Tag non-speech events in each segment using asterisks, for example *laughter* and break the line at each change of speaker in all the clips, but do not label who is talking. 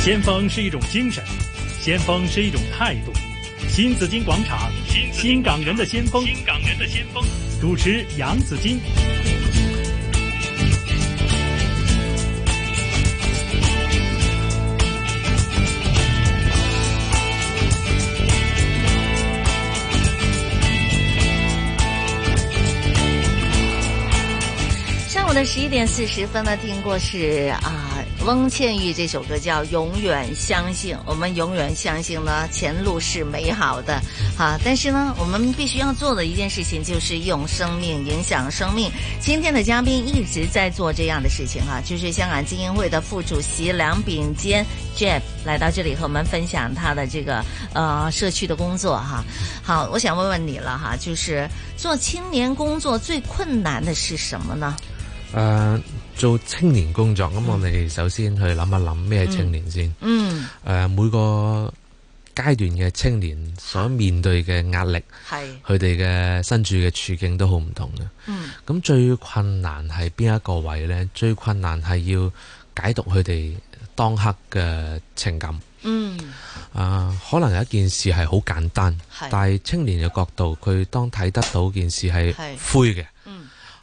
先锋是一种精神，先锋是一种态度。新紫金广场，新港人的先锋，
新港人的先锋。
主持杨紫金。
上午的十一点四十分呢，听过是啊、翁倩玉这首歌叫《永远相信》，我们永远相信呢，前路是美好的啊！但是呢，我们必须要做的一件事情就是用生命影响生命。今天的嘉宾一直在做这样的事情啊， *laughs* 就是香港精英会的副主席梁秉坚 Jeff 来到这里和我们分享他的这个呃社区的工作哈、好，我想问问你了哈，就是做青年工作最困难的是什么呢？
誒、呃做青年工作，咁我哋首先去諗一諗咩係青年先。誒、
嗯，
每個階段嘅青年所面對嘅壓力，
係，
佢哋嘅身處嘅處境都好唔同嘅。
嗯，
咁最困難係邊一個位呢？最困難係要解讀佢哋當刻嘅情感。
嗯，
啊、可能有一件事係好簡單，
係
但係青年嘅角度，佢當睇得到件事係
係
灰嘅。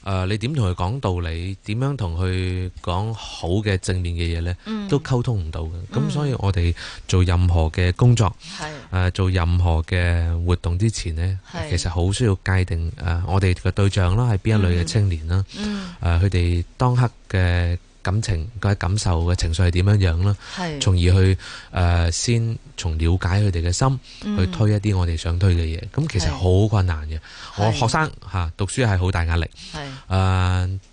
嗯，
誒、你點同佢講道理？點樣同佢講好嘅正面嘅嘢呢？
嗯
都溝通唔到嘅。咁、所以我哋做任何嘅工作，誒、
係，
做任何嘅活動之前呢，
係
其實好需要界定誒、呃我哋嘅對象啦，係邊一類嘅青年啦，
嗯，
誒佢哋當刻嘅感情、嘅感受嘅情緒係點樣樣啦。
係，
從而去誒、呃先從了解佢哋嘅心，
嗯
去推一啲我哋想推嘅嘢。咁其實
係
好困難嘅。我
係
學生嚇、讀書係好大壓力，誒、
係，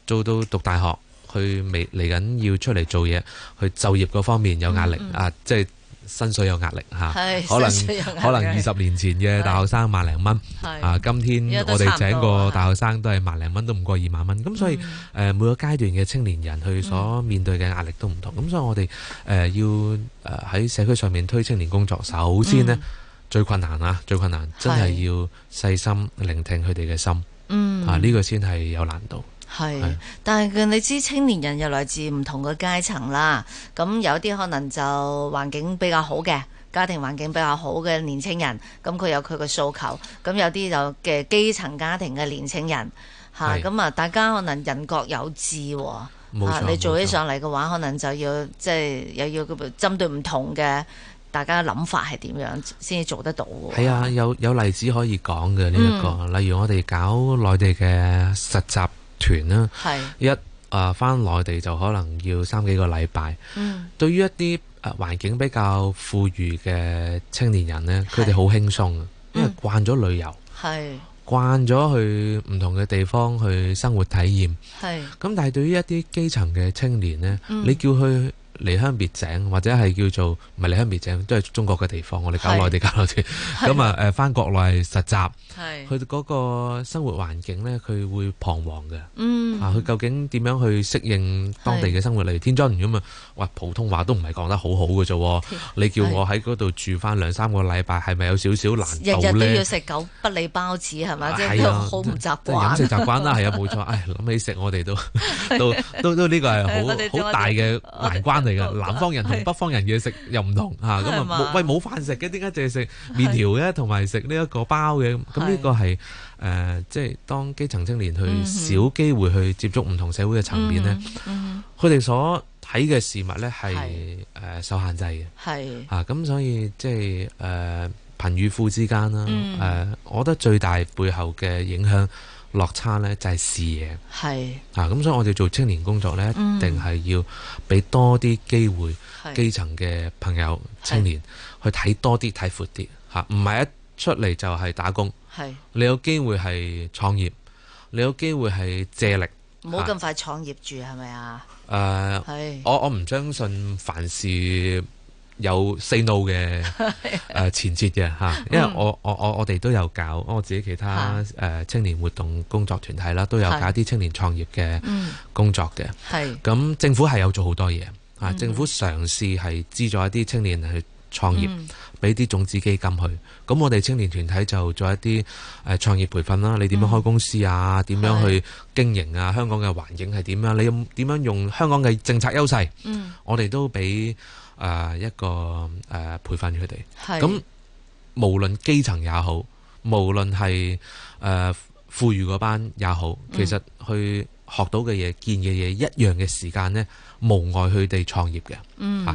做到讀大學，去未嚟緊要出嚟做嘢，去就業嗰方面有壓力、啊，即係薪水有壓力
嗯
嚇。
係
啊可能
薪水有壓力
可能二十年前嘅大學生萬零蚊，
係
啊，今天
而家都
我哋
差
請
唔多嗯
個
啊
大學生都係萬零蚊，都唔過二萬蚊。咁所以誒、呃每個階段嘅青年人佢所
嗯
面對嘅壓力都唔同。咁、所以我哋誒、呃要誒喺、社區上面推青年工作，首先呢，最困難啊，最困難真係
係
要細心聆聽佢哋嘅心
嗯，
啊，呢、個先係有難度。
係
係，
但係佢你知青年人又來自唔同嘅階層啦，咁有啲可能就環境比較好嘅。家庭環境比較好嘅年青人，咁佢有佢嘅訴求，咁有啲就嘅基層家庭嘅年青人嚇，
係
咁啊大家可能人各有志喎、
冇
啊
錯，
你做
冇
起
錯
上嚟嘅話，可能就要即係又要針對唔同嘅大家諗法係點樣先至做得到喎。
係啊，有有例子可以講嘅呢
嗯
一個，例如我哋搞內地嘅實習團啦，
係，
一啊翻內地就可能要三幾個禮拜。
嗯，
對於一啲誒環境比較富裕嘅青年人呢，佢哋好輕鬆啊，因
嗯
為慣咗旅遊，
係
慣咗去唔同嘅地方去生活體驗。
係
咁但係對於一啲基層嘅青年呢，
嗯
你叫佢離鄉別井，或者係叫做唔係離鄉別井，都係中國嘅地方，我哋搞
係
內地搞內地。咁啊誒，翻國內實習，
係，
佢嗰個生活環境呢，佢會彷徨嘅。
嗯，
啊，佢究竟點樣去適應當地嘅生活？例如天津咁啊，哇，普通話都唔係講得好好嘅啫喎。你叫我喺嗰度住翻兩三個禮拜，係咪有少少難
日日
度
都要
呢？
食狗不理包子係咪？即係
係
都
啊
好唔習
即係飲食
慣。嗯啊
習慣啦，係啊，
*laughs*
冇錯。唉，諗起食我哋都都都都呢個
係啊我哋
係好
我哋
好大嘅難關
我
嚟嘅。
哋
南方人同北方人嘢食又唔同嚇，咁
係
啊
嘛
冇喂冇飯食嘅，點解淨係食麵條嘅，同埋食呢一個包嘅？咁呢個係誒，即係當基層青年去少機會去接觸唔同社會嘅層面呢。
嗯，
佢哋所睇嘅事物呢係
係
誒受限制嘅
係
啊，咁所以即係誒、呃、貧與富之間啦，誒、呃
嗯
我覺得最大背後嘅影響落差呢就係視野
係
啊，咁所以我哋做青年工作呢，一定係要俾多啲機會
嗯係
基層嘅朋友
係
青年去睇多啲睇闊啲嚇，唔、係一出嚟就係打工，
係，
你有機會係創業，你有機會係借力誒、
唔好咁快創業住係咪啊？
呃
係
我我唔相信凡事有 say no 嘅誒前設嘅嚇，因為我我我我哋都有搞我自己其他誒青年活動工作團體啦，都有搞
係
啲青年創業嘅
嗯
工作嘅。
係
咁政府係有做好多嘢啊，政府嘗試係資助一啲青年去創
嗯
業，俾啲種子基金去。咁我哋青年團體就做一啲誒創業培訓啦，你點樣開公司啊？點樣去經營啊？香港嘅環境係點樣？你有點樣用香港嘅政策優勢？
嗯
我哋都俾誒、呃一個誒、呃培訓佢哋。
係
咁無論基層也好，無論係誒、呃富裕嗰班也好，
嗯
其實去學到嘅嘢、見嘅嘢一樣嘅時間呢，無礙佢哋創業嘅。
嗯
啊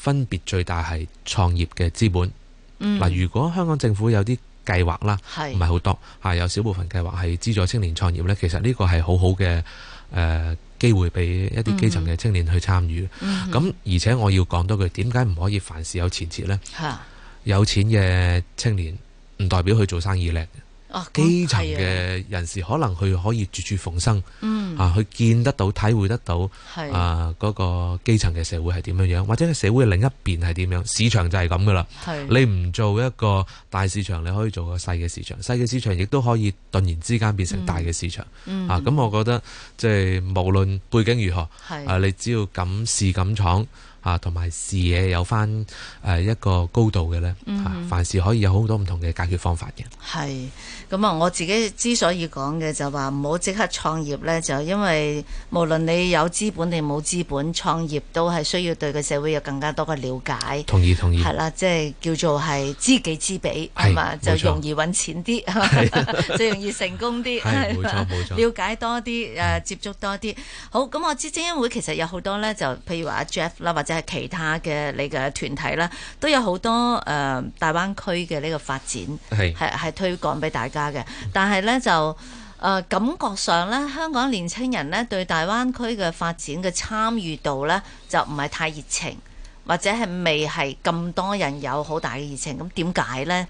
分別最大係創業嘅資本。
嗯
嗱、如果香港政府有啲計劃啦，
係
唔係好多嚇，有少部分計劃係資助青年創業呢，其實呢個係好好嘅誒機會俾一啲基層嘅青年去參與。
嗯
咁、而且我要講多句，點解唔可以凡事有前設呢？
嚇
有錢嘅青年唔代表佢做生意叻，
哦咁
基層
係啊
嘅人士可能佢可以絕處逢生
嗯
啊，佢見得到、體會得到
係
啊嗰個基層嘅社會係點樣樣，或者係社會另一邊係點樣，市場就係咁噶啦。
係
你唔做一個大市場，你可以做個細嘅市場，細嘅市場亦都可以頓然之間變成大嘅市場、
嗯
啊！咁我覺得即係無論背景如何，
係
啊，你只要敢試敢闖啊，同埋視野有翻誒、呃一個高度嘅呢，
嗯
啊凡事可以有好多唔同嘅解決方法嘅。
係咁啊！我自己之所以講嘅就話唔好即刻創業呢，就因為無論你有資本定冇資本，創業都係需要對個社會有更加多嘅了解。
同意同意，
係啦，即係叫做係知己知彼，
係
係嘛，就
冇錯
容易揾錢啲， *laughs* 就容易成功啲，
係冇
係嘛
錯冇錯
了解多啲，誒接觸多啲。好，咁我知精英會其實有好多咧，就譬如話阿 Jeff 啦，或者係其他嘅你嘅團體啦，都有好多誒、呃大灣區嘅呢個發展。
係
係係推廣俾大家嘅。但係咧就誒、呃感覺上咧，香港年青人咧對大灣區嘅發展嘅參與度咧就唔係太熱情，或者係未係咁多人有好大嘅熱情。咁點解咧？
誒、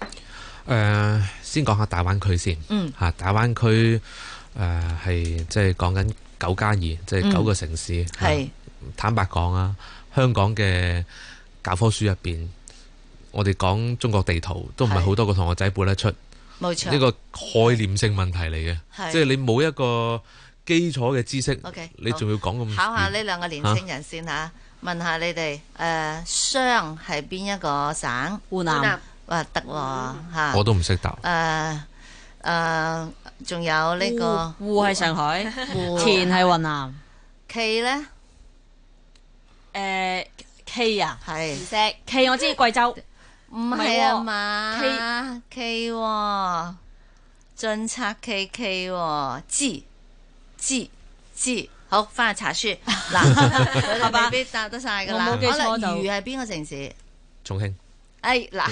呃先講下大灣區先。
嗯，
嚇、大灣區誒係即係講緊九加二，即係九個城市。
嗯
啊
係
坦白講啊，香港嘅教科書入邊，我哋講中國地圖都唔係
係
好多個同學仔背得出，
冇錯。
呢個概念性問題嚟嘅，
係
即係你冇一個基礎嘅知識
OK，
你仲要講咁
考下
遠
呢兩個年青人先嚇，問下你哋誒湘係邊一個省？
湖南
哇，得喎嚇
嗯我。都唔識答。
誒誒，仲有呢個
湖湖係上海，
湖
田係雲南，
K 咧，
誒 K 啊
係。
，K 我知貴州，
唔係啊嘛，K 喎，進策 K K 喎，知知知，好翻去查 *laughs* 書嗱，佢
好
哋
吧
未必答得晒噶啦。
我冇記錯
好啦
就
魚係邊個城市？
重慶，
哎嗱，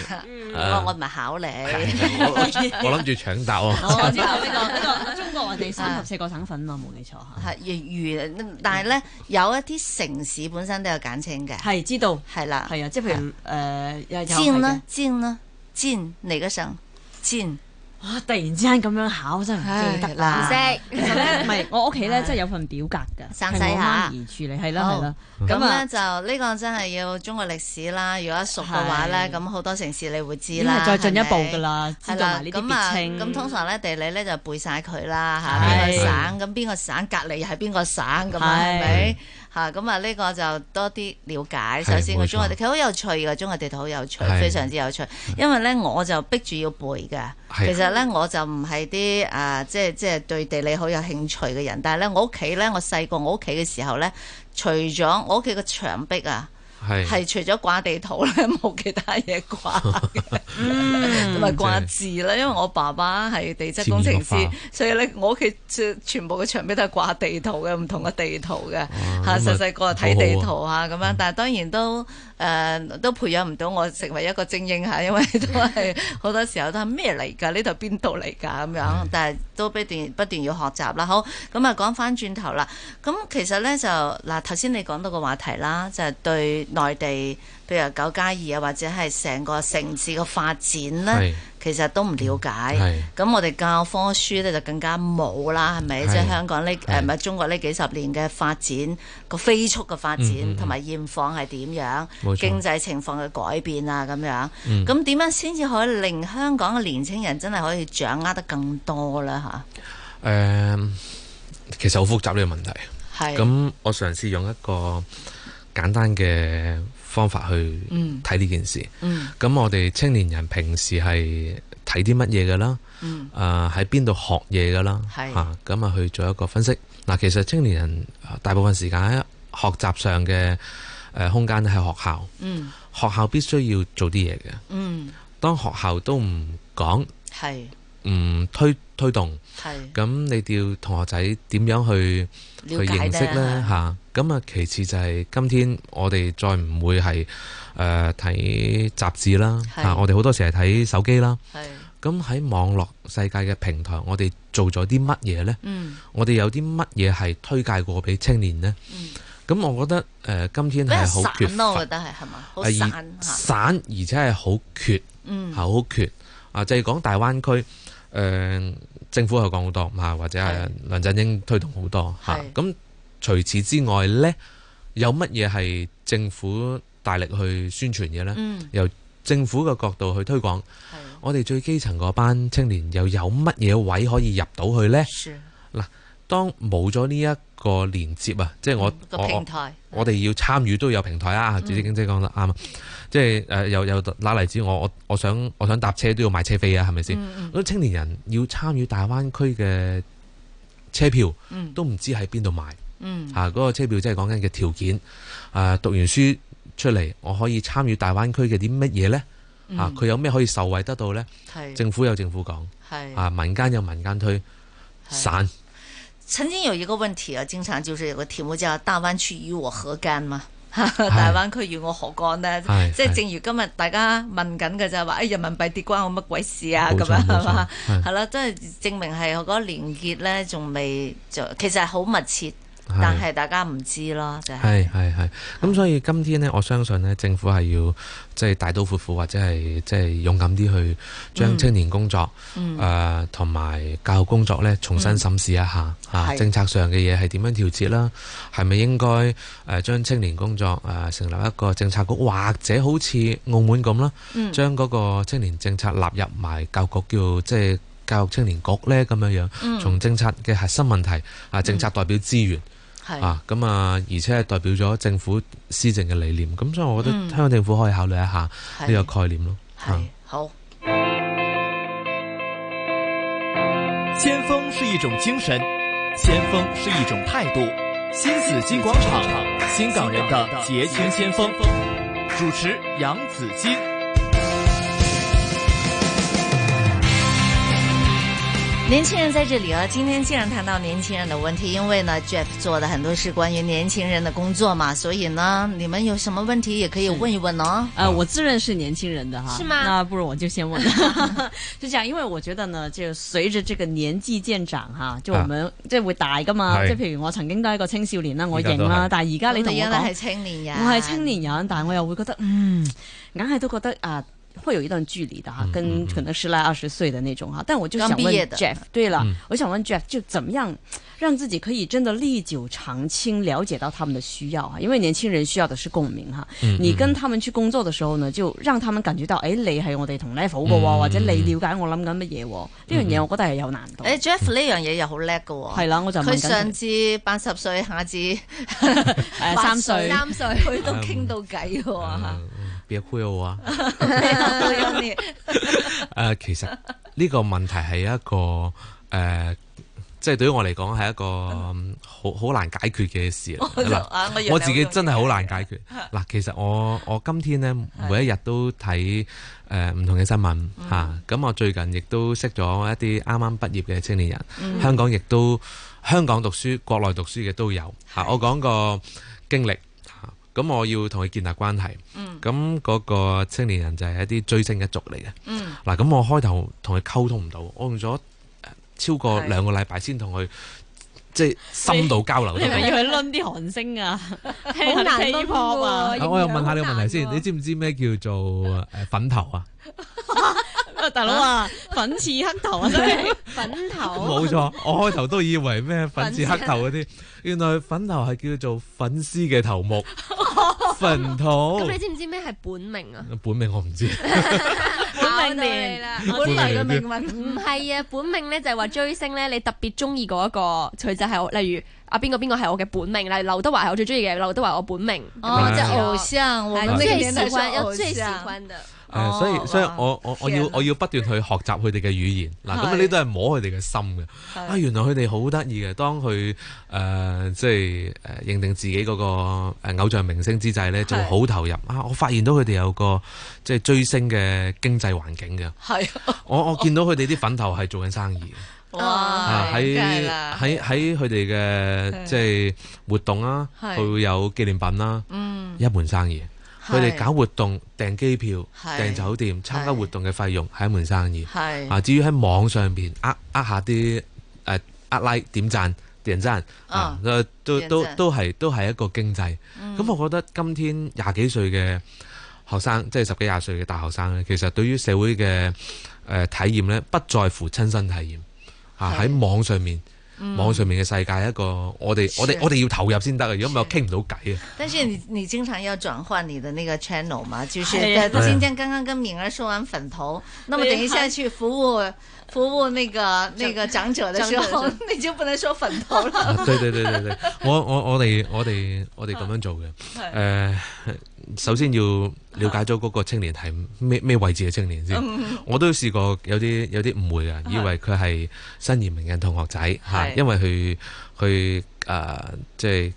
我我唔係考你，
啊 *laughs* 我諗住搶
*laughs*
答喎。
*laughs* 我知啊道呢個呢個中國內地三十四個省份嘛，冇記錯嚇，
係魚魚，但係咧有一啲城市本身都有簡稱嘅，
係知道，
係啦，
係啊，即係譬如誒有有
尖
係
啦
嘅，
尖啦，尖哪個省？尖
哇！突然之間咁樣考真係唔記得啦。
唉
其實咧，唔係我屋企咧，真係有份表格㗎，
生
係
仔
我
下
媽咪處理，係啦係啦。
咁
啊咁
咧
啊，
就呢個真係要中國歷史啦，如果熟嘅話咧，
係
咁好多城市你會
已
知
經
啦，
係再進一步
係咪
㗎。啦，知
係
道
啦，
埋呢啲
咁啊，
別稱。
咁通常咧地理咧就背晒佢啦嚇，邊
係
個省咁邊個省隔離係邊個省咁啊，
係
係咪？嚇咁啊，呢個就多啲了解。首先個
冇錯
中國地，佢好有趣嘅，中國地圖好有趣，
係
非常之有趣。因為咧我就逼住要背嘅，
係
其實咧我就唔係啲啊即係即係對地理好有興趣嘅人，但係咧我屋企咧我細個我屋企嘅時候咧，除咗我屋企個牆壁啊。
係
係除咗掛地圖咧，冇其他嘢掛嘅，同埋掛字啦。因為我爸爸係地質工程
潛移默
師
化，
所以咧我屋企全全部嘅牆壁都係掛地圖嘅，唔同嘅地圖嘅嚇。
咁啊
細細個睇地圖啊咁樣，但係當然都誒、呃都培養唔到我成為一個精英嚇，因為都係好多時候都係咩嚟㗎？呢度邊度嚟㗎咁樣，但係都不斷不斷要學習啦。好咁啊，講翻轉頭啦。咁其實咧就嗱，頭先你講到個話題啦，就係、對內地，譬如九加二啊，或者係成個城市嘅發展咧，
係
其實都唔了解。
係
咁我哋教科書咧就更加冇啦，係咪？
係
即係香港呢
係
誒
嗯
唔係中國呢幾十年嘅發展個飛速嘅發展
嗯嗯，嗯
同埋現況係點
冇
樣，
錯
經濟情況嘅改變啊咁樣。
嗯
咁點樣先至可以令香港嘅年青人真係可以掌握得更多啦？
誒，其實好複雜呢個問題。
吓，係
咁我嘗試用一個簡單嘅方法去
嗯
睇呢件事。
嗯
咁我哋青年人平時係睇啲乜嘢嘅啦？
嗯
誒喺邊度學嘢㗎啦，
係
嚇咁啊啊去做一個分析。嗱，其實青年人呃大部分時間喺學習上嘅誒、誒空間喺學校，
嗯
學校必須要做啲嘢嘅。
嗯，
當學校都唔講
係
唔推推動，
係
咁你哋要同學仔點樣去去
了解
認識呢？
咧，
嚇，咁啊，其次就係今天我哋再唔會係誒睇雜誌啦，
係
嚇，我哋好多時係睇手機啦。
係
咁喺網絡世界嘅平台，我哋做咗啲乜嘢呢？
嗯
我哋有啲乜嘢係推介過俾青年呢？
嗯，
咁我覺得誒、呃今天
比較
係好缺
散咯，我
乏
覺，得係係嘛，好
係
散嚇，
散而且係好缺，
嗯
好缺啊！就係、講大灣區誒、呃政府係講好多啊嚇，或者係
係
梁振英推動好多嚇。
係
咁、除此之外呢，有乜嘢係政府大力去宣傳嘅呢？
嗯
由政府嘅角度去推廣，
係
我哋最基層嗰班青年又有乜嘢位可以入到去呢？
是
當冇咗呢一個連接啊，即係我
嗯個
我我
平嗯台
我哋要參與都有平台啊！子子經姐講得啱啊，即係誒有有拿例子，我我我想我想搭車都要買車飛啊，係咪先？咁、
嗯
青年人要參與大灣區嘅車票，
嗯
都唔知喺邊度買
嗯
啊！嗰、個車票即係講緊嘅條件啊，讀完書出嚟，我可以參與大灣區嘅啲乜嘢呢？啊，佢有咩可以受惠得到呢？
嗯係
政府有政府講
係
啊，民間有民間推散。
曾經有一個問題啊，經常就是有個題目叫大灣區與我何干嘛？ *laughs* 大灣區與我何干呢？
係
即係
係
正如今日大家問緊嘅就係話，哎，人民幣跌關我乜鬼事啊？
冇
咁
錯
樣係
冇
嘛
錯？係
係啦，即係證明係我嗰個連結咧，仲未就其實係好密切，
係
但係大家唔知咯，就係
係係係，咁所以今天呢，我相信呢，政府係要即係大刀闊斧，或者係即係勇敢啲去將青年工作
嗯
誒同埋教育工作呢，重新審視一下嚇
嗯係
政策上嘅嘢係點樣調節啦，係咪應該誒將青年工作誒成立一個政策局，或者好似澳門咁啦，
嗯
將嗰個青年政策納入埋教育局叫即係教育青年局呢咁樣樣，
嗯
從政策嘅核心問題啊，政策代表資源。
係
啊，咁啊，而且係代表咗政府施政嘅理念，咁所以我覺得
嗯
香港政府可以考慮一下呢
係
個概念咯。
係好。
先鋒是一种精神，先锋是一种态度。新紫金广场，新港人的捷径先锋。主持杨紫金。
年轻人在这里啊，今天既然谈到年轻人的问题，因为呢，Jeff 做的很多是关于年轻人的工作嘛，所以呢，你们有什么问题也可以问一问哦。
啊
呃，我自认是年轻人的哈，
是吗
那不如我就
*laughs*
先问， *laughs* 是这样，因为我觉得呢，就隨着這個年紀漸長哈，就我們、即係會大噶嘛，
啊係
即係譬如我曾經都係一個青少年啦，我
依家
認
都
啦
係，
但係而啊家你同
你
我
而家係
講，
青年人，
我係青年人，但我又會覺得，嗯，硬係都覺得啊。會有一段距離的
嗯
哈，跟可能十來二十歲的那種哈，但我就想
剛畢業
問
的
Jeff，对了，
嗯
我想問 Jeff，就怎麼樣讓自己可以真的歷久常青，了解到他們的需要啊？因為年輕人需要的是共鳴哈，
嗯
你跟他們去工作嘅時候呢，就讓他們感覺到，誒、你係我哋同 level 嘅喎，
嗯
或者你了解我諗緊乜嘢喎？呢樣嘢我覺得係有難度。
誒哎 Jeff 呢樣嘢又好叻㗎喎，
係啦，我就問
佢
緊
上
佢
至八十歲，下至
誒三歲，
三歲
嗯
佢都傾到偈
*laughs*
喎嚇，
啊別虧我啊！
都有你
誒，其實呢個問題係一個誒，即係對於我嚟講係一個嗯好好難解決嘅事嚟
*laughs* 我就
嗱
啊，我以為
我自己
有
真係好難解決。
*laughs*
嗱，其實我我今天呢，每一日都睇誒唔同嘅新聞
嗯
嚇，咁我最近亦都識咗一啲啱啱畢業嘅青年
嗯
人，香港亦都香港讀書、國內讀書嘅都有嚇。我講個經歷嚇，咁我要同佢建立關係。咁嗰個青年人就係一啲追星一族嚟嘅。
嗯
嗱，咁我開頭同佢溝通唔到，我用咗呃超過
係
兩個禮拜先同佢即係深度交流
*laughs*
你
得
*laughs*
到
係咪。要去攆啲韓星啊？ *laughs*
好難攆㗎喎
啊！
要
啊我又問下你個問題
形象好難
先，
喎
你知唔知咩叫做誒粉頭啊？
喂大佬啊，粉刺黑頭 *laughs* 啊，真係
粉頭
*laughs*
冇錯，我開頭都以為咩粉刺黑頭嗰啲，原來粉頭係叫做粉絲嘅頭目，粉頭
咁你知唔知咩係本名啊？
本名我唔知，
*laughs* 考
本
到
命
你
年。
啦。
本
來嘅
名
命運。
唔係啊，本命咧就係話追星咧，你特別中意嗰一個，佢就係例如啊邊個邊個係我嘅本命，例如劉德華係我最中意嘅，劉德華我本命。
哦，
嗯
即係偶像，我
係啊
們那個
最
年代是
喜歡，
哦偶
有最喜
像
歡的。
誒，所
哦
以所以
哇
我我我
天
要
啊
我要不斷去學習佢哋嘅語言，嗱
係
咁呢都係摸佢哋嘅心嘅。啊，原來佢哋好得意嘅，當佢誒、呃即係誒、呃、認定自己嗰個呃偶像明星之際咧，就會好投入啊！我發現到佢哋有個即係追星嘅經濟環境嘅，
係
我我見到佢哋啲粉頭係做緊生意嘅。啊
哇，
喺
梗哦係啦，
喺喺佢哋
係
嘅即係活動啦，
係
佢會有紀念品啦，
嗯，
一門生意。佢哋搞活動、訂機票、
係
訂酒店、參加
係
活動嘅費用係一門生意。
係
啊，至於喺網上邊呃呃下啲誒呃 like 點讚點讚啊，都都
哦點嗯
都
贊
都係都係一個經濟。咁、我覺得今天廿幾歲嘅學生，即係十幾廿歲嘅大學生咧，其實對於社會嘅誒、呃體驗咧，不在乎親身體驗啊，
係嗯
喺網上面。網上面嘅世界一個，我哋我哋
是
我哋要投入先得啊！如果唔係，我
是
傾唔到偈啊！
但是你你经常要转换你的那个 channel 嘛，就是
哎呀
今天刚刚跟敏儿说完粉头，那么等一下去服务服务那个那个长者的时
长
候
者，
*laughs* 你就不能说粉头 *laughs* 了。
啊 *laughs* 對對對對對，我我我哋我哋我哋咁樣做嘅。誒、首先要了解咗嗰個青年係咩咩位置嘅青年先。
嗯
我都試過有啲有啲誤會啊嘅，以為佢係新移民嘅同學仔嚇，
係
因為佢佢誒即係。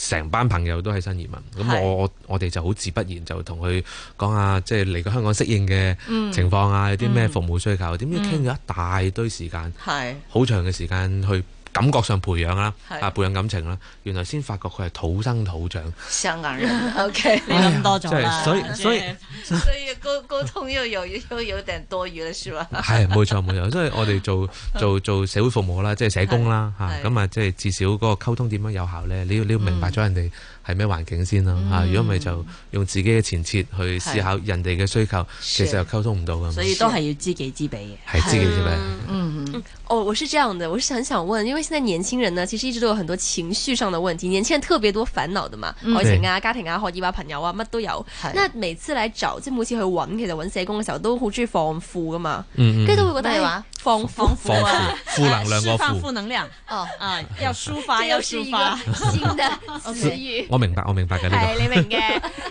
成班朋友都係新移民，咁
係
我我我哋就好自不然就同佢講下，即係嚟過香港適應嘅
嗯
情況啊，有啲咩服務需求，點知傾咗一大堆時間，
係
好長嘅時間去感覺上培養啦，
係
啊培養感情啦，原來先發覺佢係土生土長，
香港人 *laughs* ，OK，
你諗多咗啦
哎呀即係所以所以
所以沟沟通又有又有点多余了，是吧？
係冇錯冇錯，所以我哋做做做社會服務啦，即係社工啦嚇，
係
咁啊即係至少嗰個溝通點樣有效咧，你要你要明白咗人哋係咩環境先啦嚇，如果唔係就用自己嘅前設去思考人哋嘅需求，其實又溝通唔到噶嘛
所，以都係要知己知彼嘅。
係知己知彼。
嗯，
哦，我是这样的，我是很想问，因为现在年轻人呢，其实一直都有很多情绪上的问题，年轻人特别多烦恼的嘛，爱情啊、家庭啊、學業啊、朋友啊，乜都有
嗯係。
那每次嚟找，即係每次去揾，其實揾社工嘅時候都好中意放負噶嘛，
嗯
跟住都會覺
咩
得
話
哎放負。
放負負能量
釋
個
放負
負，
能量
哦，
啊，要抒
這
發，要
又是
抒
一個
發。
新的詞語。
我明白我明白嘅呢
哎，
個。
你明嘅。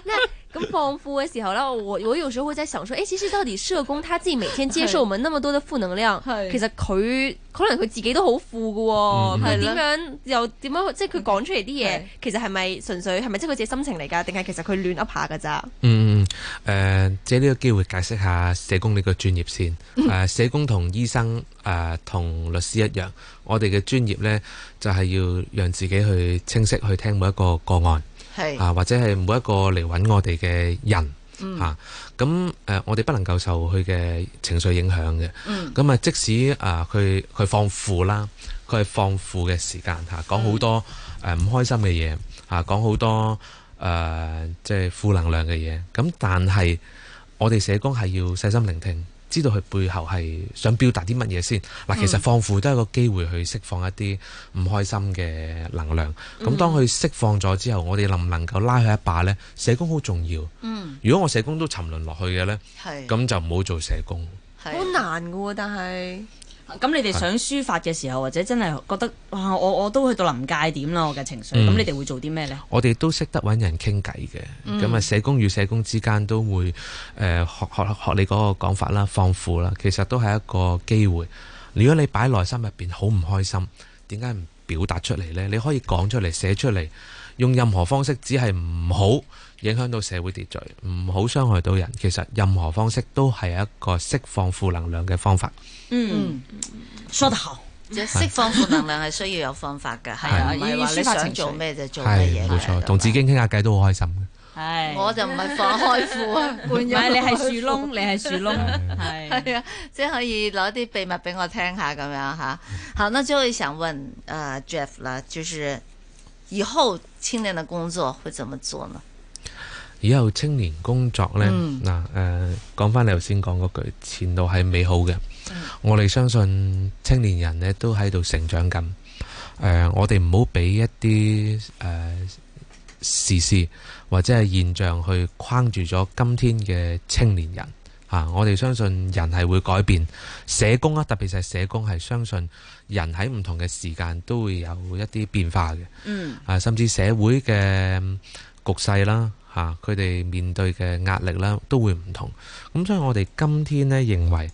那咁放負嘅時候咧，我我有時候會在想說，誒、其實到底社工他自己每天接受我們那麼多的負能 *laughs* 量，
係
其實佢可能佢自己都好負嘅喎，
嗯
佢
係啦
點樣又點樣，即係佢講出嚟啲嘢
係，
其實係咪純粹係咪即係佢自己心情嚟㗎，定係其實佢亂噏下㗎咋？
嗯，誒、借呢個機會解釋下社工呢個專業先。誒、社工同醫生誒同、律師一樣，我哋嘅專業呢，就係、要讓自己去清晰去聽每一個個案
係
啊，或者係每一個嚟揾我哋嘅人。啊，咁誒、我哋不能夠受佢嘅情緒影響嘅。
嗯
咁啊，即使啊，佢佢放負啦，佢係放負嘅時間嚇，講好多誒唔開心嘅嘢嚇，講好多誒即係負能量嘅嘢。咁但係我哋社工係要細心聆聽，知道佢背後係想表達啲乜嘢先。嗱，其實放負都係一個機會去釋放一啲唔開心嘅能量。咁當佢釋放咗之後，我哋能唔能夠拉佢一把呢？社工好重要。
嗯，
如果我社工都沉淪落去嘅呢，
係
咁就唔好做社工。
好
係
難嘅喎，但係
*laughs* 咁你哋想抒發嘅時候，或者真係覺得哇，我我都去到臨界點啦，我嘅情緒，咁、
嗯
你哋會做啲咩呢？
我哋都識得揾人傾偈嘅，咁啊、社工與社工之間都會誒、呃、學學學你嗰個講法啦，放負啦，其實都係一個機會。如果你擺內心入邊好唔開心，點解唔表達出嚟呢？你可以講出嚟、寫出嚟，用任何方式，只係唔好影響到社會秩序，唔好傷害到人。其實任何方式都係一個釋放負能量嘅方法。
嗯，說得好，
即係釋放負能量係需要有方法㗎，係啊，
係
唔係話你想做咩就做
係
咩嘢㗎，
冇錯，同子
己。
經傾下偈都好開心嘅。
係
我就唔係放開褲啊， *laughs* 冠
唔
咗
係你係樹窿，你係樹窿，係
*laughs* 係啊，即係可以攞啲秘密俾我聽下咁樣
*laughs*
吓。好，那最後想問呃 Jeff 啦，就是以後青年的工作會怎麼做呢？
以後青年工作呢，
嗯
嗱誒、講翻你頭先講嗰句，前路係美好嘅。我哋相信青年人呢都喺度成長緊。誒、我哋唔好俾一啲誒、時事或者係現象去框住咗今天嘅青年人。啊！我哋相信人係會改變，社工啊，特別係社工係相信人喺唔同嘅時間都會有一啲變化嘅。
嗯
啊，甚至社會嘅嗯局勢啦，嚇佢哋面對嘅壓力啦，都會唔同。咁所以我哋今天呢，認為，誒、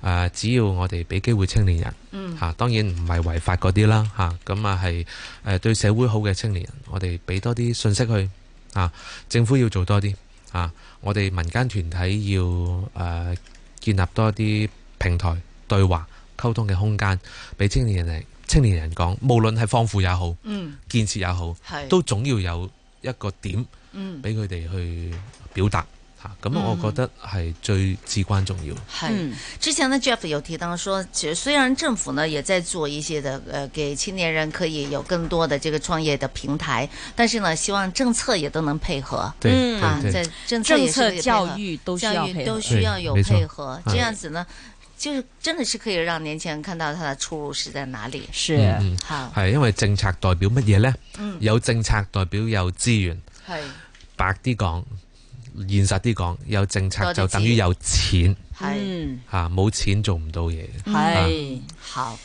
啊只要我哋俾機會青年人，
嗯
嚇、當然唔係違法嗰啲啦，嚇咁啊係誒對社會好嘅青年人，我哋俾多啲信息佢，啊，政府要做多啲，啊，我哋民間團體要誒、呃建立多啲平台對話溝通嘅空間，俾青年人嚟。青年人講，無論係放負也好，
嗯
建設也好，
係
都總要有一個點
嗯
俾佢哋去表達嚇。咁、
嗯
我覺得係最至關重要。
係。
嗯
之前呢 Jeff 有提到说，其实虽然政府呢也在做一些的呃，给青年人可以有更多的这个创业的平台，但是呢，希望政策也都能配合
對
嗯
啊，
對對
在政策
政
也是可
策
以配合
教育都需要
教育
配
都
合。
需要有
对没错
配合，
嗯
这样子呢，就是真的是可以让年轻人看到他的出路是在哪里。
是，
嗯嗯，
好，
係因為政策代表乜嘢呢？
嗯
有政策代表有資源，
系
白啲講，現實啲講，有政策
多
就
啲資
等於有錢
系
嗯
嚇，冇、錢做唔到嘢。
係
好。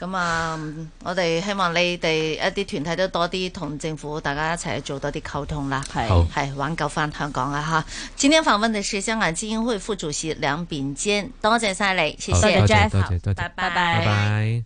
咁啊，嗯我哋希望你哋一啲團體都多啲同政府大家一齊做多啲溝通啦。
係
好
系挽救翻香港啊！哈，今天訪問的是香港基金會副主席梁秉堅，多謝晒你，謝謝
好多謝
Jeff，
多謝多謝，
拜拜
拜
拜拜。